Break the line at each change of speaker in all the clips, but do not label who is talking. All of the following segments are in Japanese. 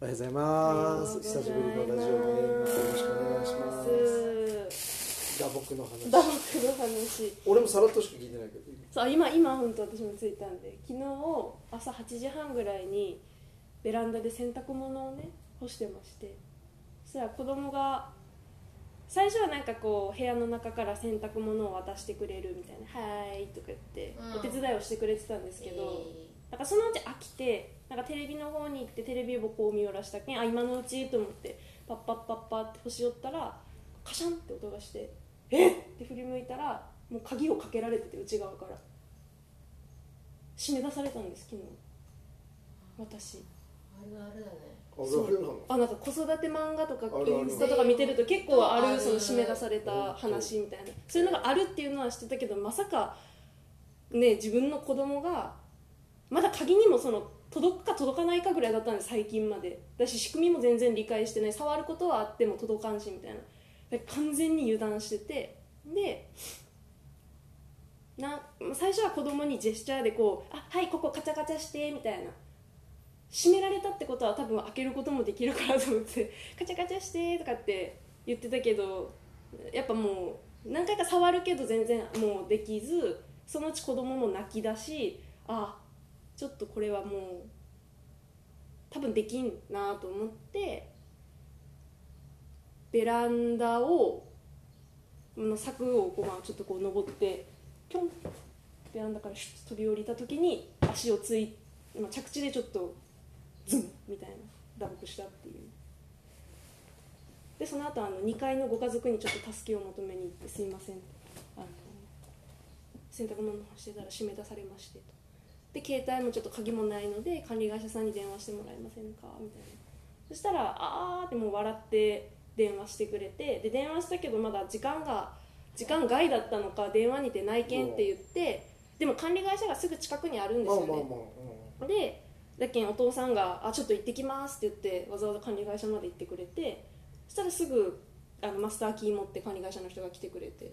おはようございます。久しぶりのラジオネームよろしくお願いします。打撲の
打
話。
撲の話
俺もさらっとしか聞いてないけど。
そう今今本当私も着いたんで昨日朝8時半ぐらいにベランダで洗濯物をね干してましてそしたら子供が最初はなんかこう部屋の中から洗濯物を渡してくれるみたいな「はーい」とか言って
うん
お手伝いをしてくれてたんですけど、なんかそのうち飽きてなんかテレビの方に行ってテレビをこう見下ろしたけんあ今のうちと思ってパッパッパッパって星寄ったらカシャンって音がしてえっって振り向いたらもう鍵をかけられてて内側から締め出されたんです昨日私
あるあるだね
あれあれなの
あなんか子育て漫画とか
あるある
インスタとか見てると結構あ
あ
る
る
その締め出された話みたいなそういうのがあるっていうのは知ってたけどまさかね自分の子供がまだ鍵にもその届くか届かないかぐらいだったんで最近までだし仕組みも全然理解してない触ることはあっても届かんしみたいなで完全に油断しててでな最初は子供にジェスチャーでこう「あはいここカチャカチャして」みたいな閉められたってことは多分開けることもできるからと思って「カチャカチャして」とかって言ってたけどやっぱもう何回か触るけど全然もうできずそのうち子供も泣き出しあちょっとこれはもう多分できんなと思ってベランダをの柵をこうまあちょっとこう登ってピョンベランダからシュッと飛び降りた時に足をついまあ着地でちょっとズンみたいな打撲したっていうでその後あの2階のご家族にちょっと助けを求めに行って「すいません」あの洗濯物干してたら締め出されましてとで携帯もちょっと鍵もないので管理会社さんに電話してもらえませんかみたいなそしたら「あー」ってもう笑って電話してくれてで電話したけどまだ時間が時間外だったのか電話に出ないけんって言ってでも管理会社がすぐ近くにあるんです
まあ
よ
ま
ね、
あまあ。
でだけんお父さんが「あちょっと行ってきます」って言ってわざわざ管理会社まで行ってくれてそしたらすぐあのマスターキー持って管理会社の人が来てくれて
う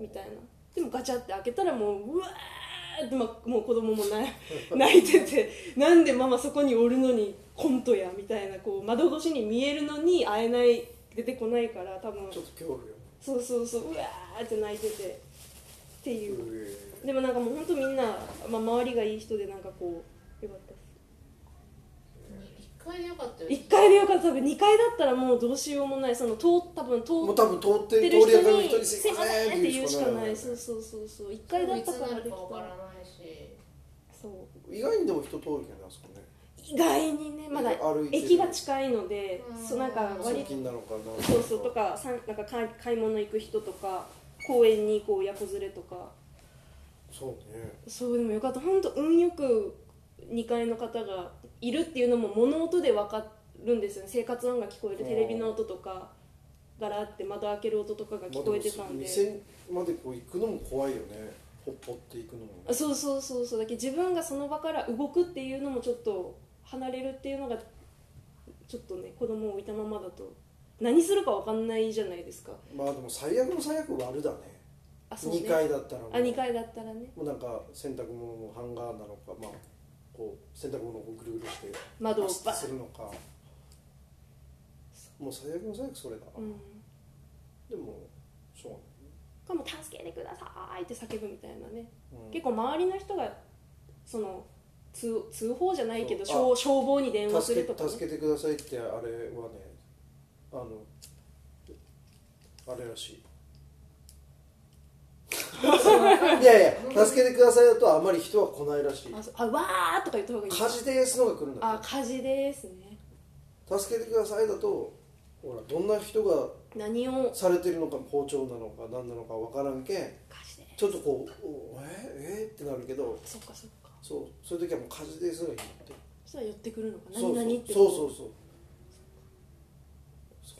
ん
みたいなでもガチャって開けたらもううわーって、ま、もう子供も 泣い泣いててなんでママそこにおるのにコントやみたいなこう窓越しに見えるのに会えない出てこないから多分
ちょっと恐怖よ。
そうそうそううわーって泣いててっていう。
うえ
でもなんかもう本当みんな、まあ、周りがいい人でなんかこうよかったです
一回でよかったよ
1階でよかった多分2階だったらもうどうしようもないその通多分通
もう
っ
多分通って
て
通り
る人
上がる人
に「
に
すいません」って言うしかないそう
ね
そうそうそう1階だったからでき
いつなるかわから
た
ないし
そう
意外にでも人通るけどねあそこね。
意外にねまだ
歩いてる
駅が近いので
うん
そうなんか
通
割と
勤なのかな。
そうそうと。かさんなんか買い買い物行く人とか公園にこう親子連れとか
そうね。
そうでもよかった本当運よく2階の方がいるっていうのも物音で分かるんですよね生活音が聞こえる
うん
テレビの音とかガラって窓開ける音とかが聞こえてたんで,、
店までこう行くのも怖いよね。ほっぽって行くのも。
あそうそうそうそうだけど自分がその場から動くっていうのもちょっと離れるっていうのがちょっとね子供を置いたままだと何するか分かんないじゃないですか
まあでも最悪の最悪悪だね。
あそうね
二階だったらもう。
あ2階だったらね
もうなんか洗濯物のハンガーなのか、まあ、こう洗濯物をこうぐるぐるして
窓を
バスッ
バ
とす
ッ
るのかもう最悪の最悪それだ、
うん
でもしょ
かも「助けてください」って叫ぶみたいな
うが
ね
ない、うん
結構周りの人がその通通報じゃないけど
そう
消消防に電話す
助
る
け
とか、ね、
助けてくださいってあれはねあのあれらし いいやいや助けてくださいだとあまり人は来ないらしい
あそうあわーとか言った方がいい
火事ですのが来るんだ
あ
っ
火事ですね
て助けてくださいだとほらどんな人が
何を
されてるのか包丁なのか何なのか分からんけん
火事です
ちょっとこうおええってなるけど
そっかそっか
そうそういう時はもう火事ですがいいって
そしたら寄ってくるのか
そうそ
何
う
々って
そうそうそう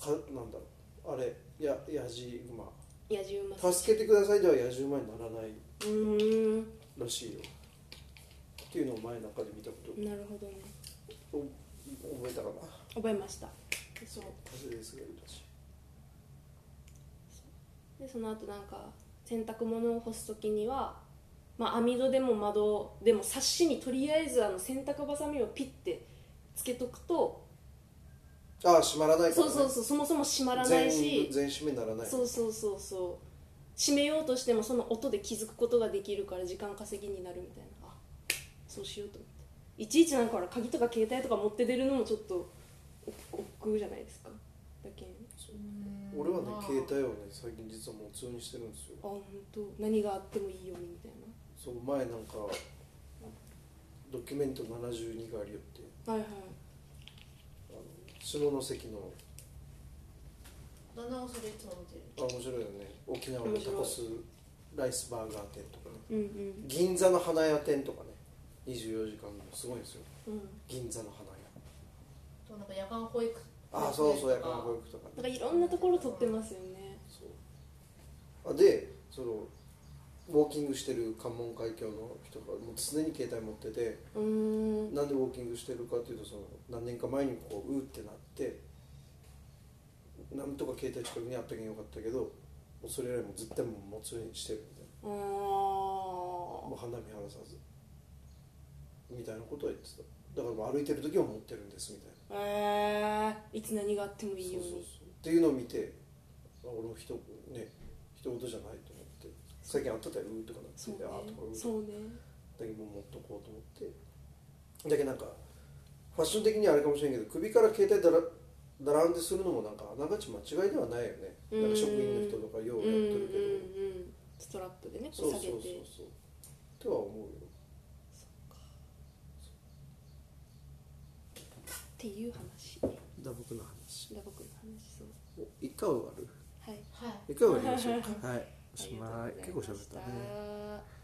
そうかなんだろうあれややじ馬
野じ馬
助けてくださいではやじ馬にならないう
ーん
らしいよっていうのを前なんかで見たこと
なるほどね
お覚えたかな
覚えましたそう
火事ですがいいらしい
でその後なんか洗濯物を干す時には、まあ、網戸でも窓でもサッシにとりあえずあの洗濯ばさみをピッてつけとくと
ああ閉まらないから、
そ
ね、
うそうそうそもそも閉まらないし
全全閉めにならない
そうそうそうそう閉めようとしてもその音で気づくことができるから時間稼ぎになるみたいなあそうしようと思っていちいちなんかほら鍵とか携帯とか持って出るのもちょっとお億劫じゃないですかだけん
俺はね
まあ
携帯をね最近実はもう普通にしてるんですよ
あ本当何があってもいいようにみたい
そう前なんかドキュメント72がありよって
なはいはい
あの下関の
旦那がそれいつも見てる
あ面白いよね沖縄のタコスライスバーガー店とかね
うんうん
銀座の花屋店とかね24時間すごいんですよ
うん
銀座の花屋
となんか夜間保育
ああそうそう夜
夜
間
間
保
保
育とか
なん
ね
かいろんなところ撮ってますよね
そうあでそのウォーキングしてる関門海峡の人がもう常に携帯持ってて
うーん
なんでウォーキングしてるかっていうとその何年か前にこううーってなってなんとか携帯近くにあったけんよかったけどもうそれ以来もう絶対もう持つようにしてるみたい
あー
なもう花見離さずみたいなことは言ってただからもう歩いてる時は持ってるんですみたいな
えー、いつ何があってもいいよう
そうそうそう
に
っていうのを見てあ俺も人ね人事じゃないと思って最近あったたようーとかなって
そう
て、あーとかうー
ね
とか
そうね
だけどもう持っとこうと思ってだけどなんかファッション的にはあれかもしれんけど首から携帯だらだらんでするのもなんかあながち間違いではないよねなんか職員の人とかよ
うん
う
うんう
やってるけど、
んストラップでね
そう
こう
そ
下
う
げて
そうそうとは思うよ
っていう話
打撲の話
打僕の話そう
お一回終わる
はい
はい
一回終わりましょうかはい
ありがとうございました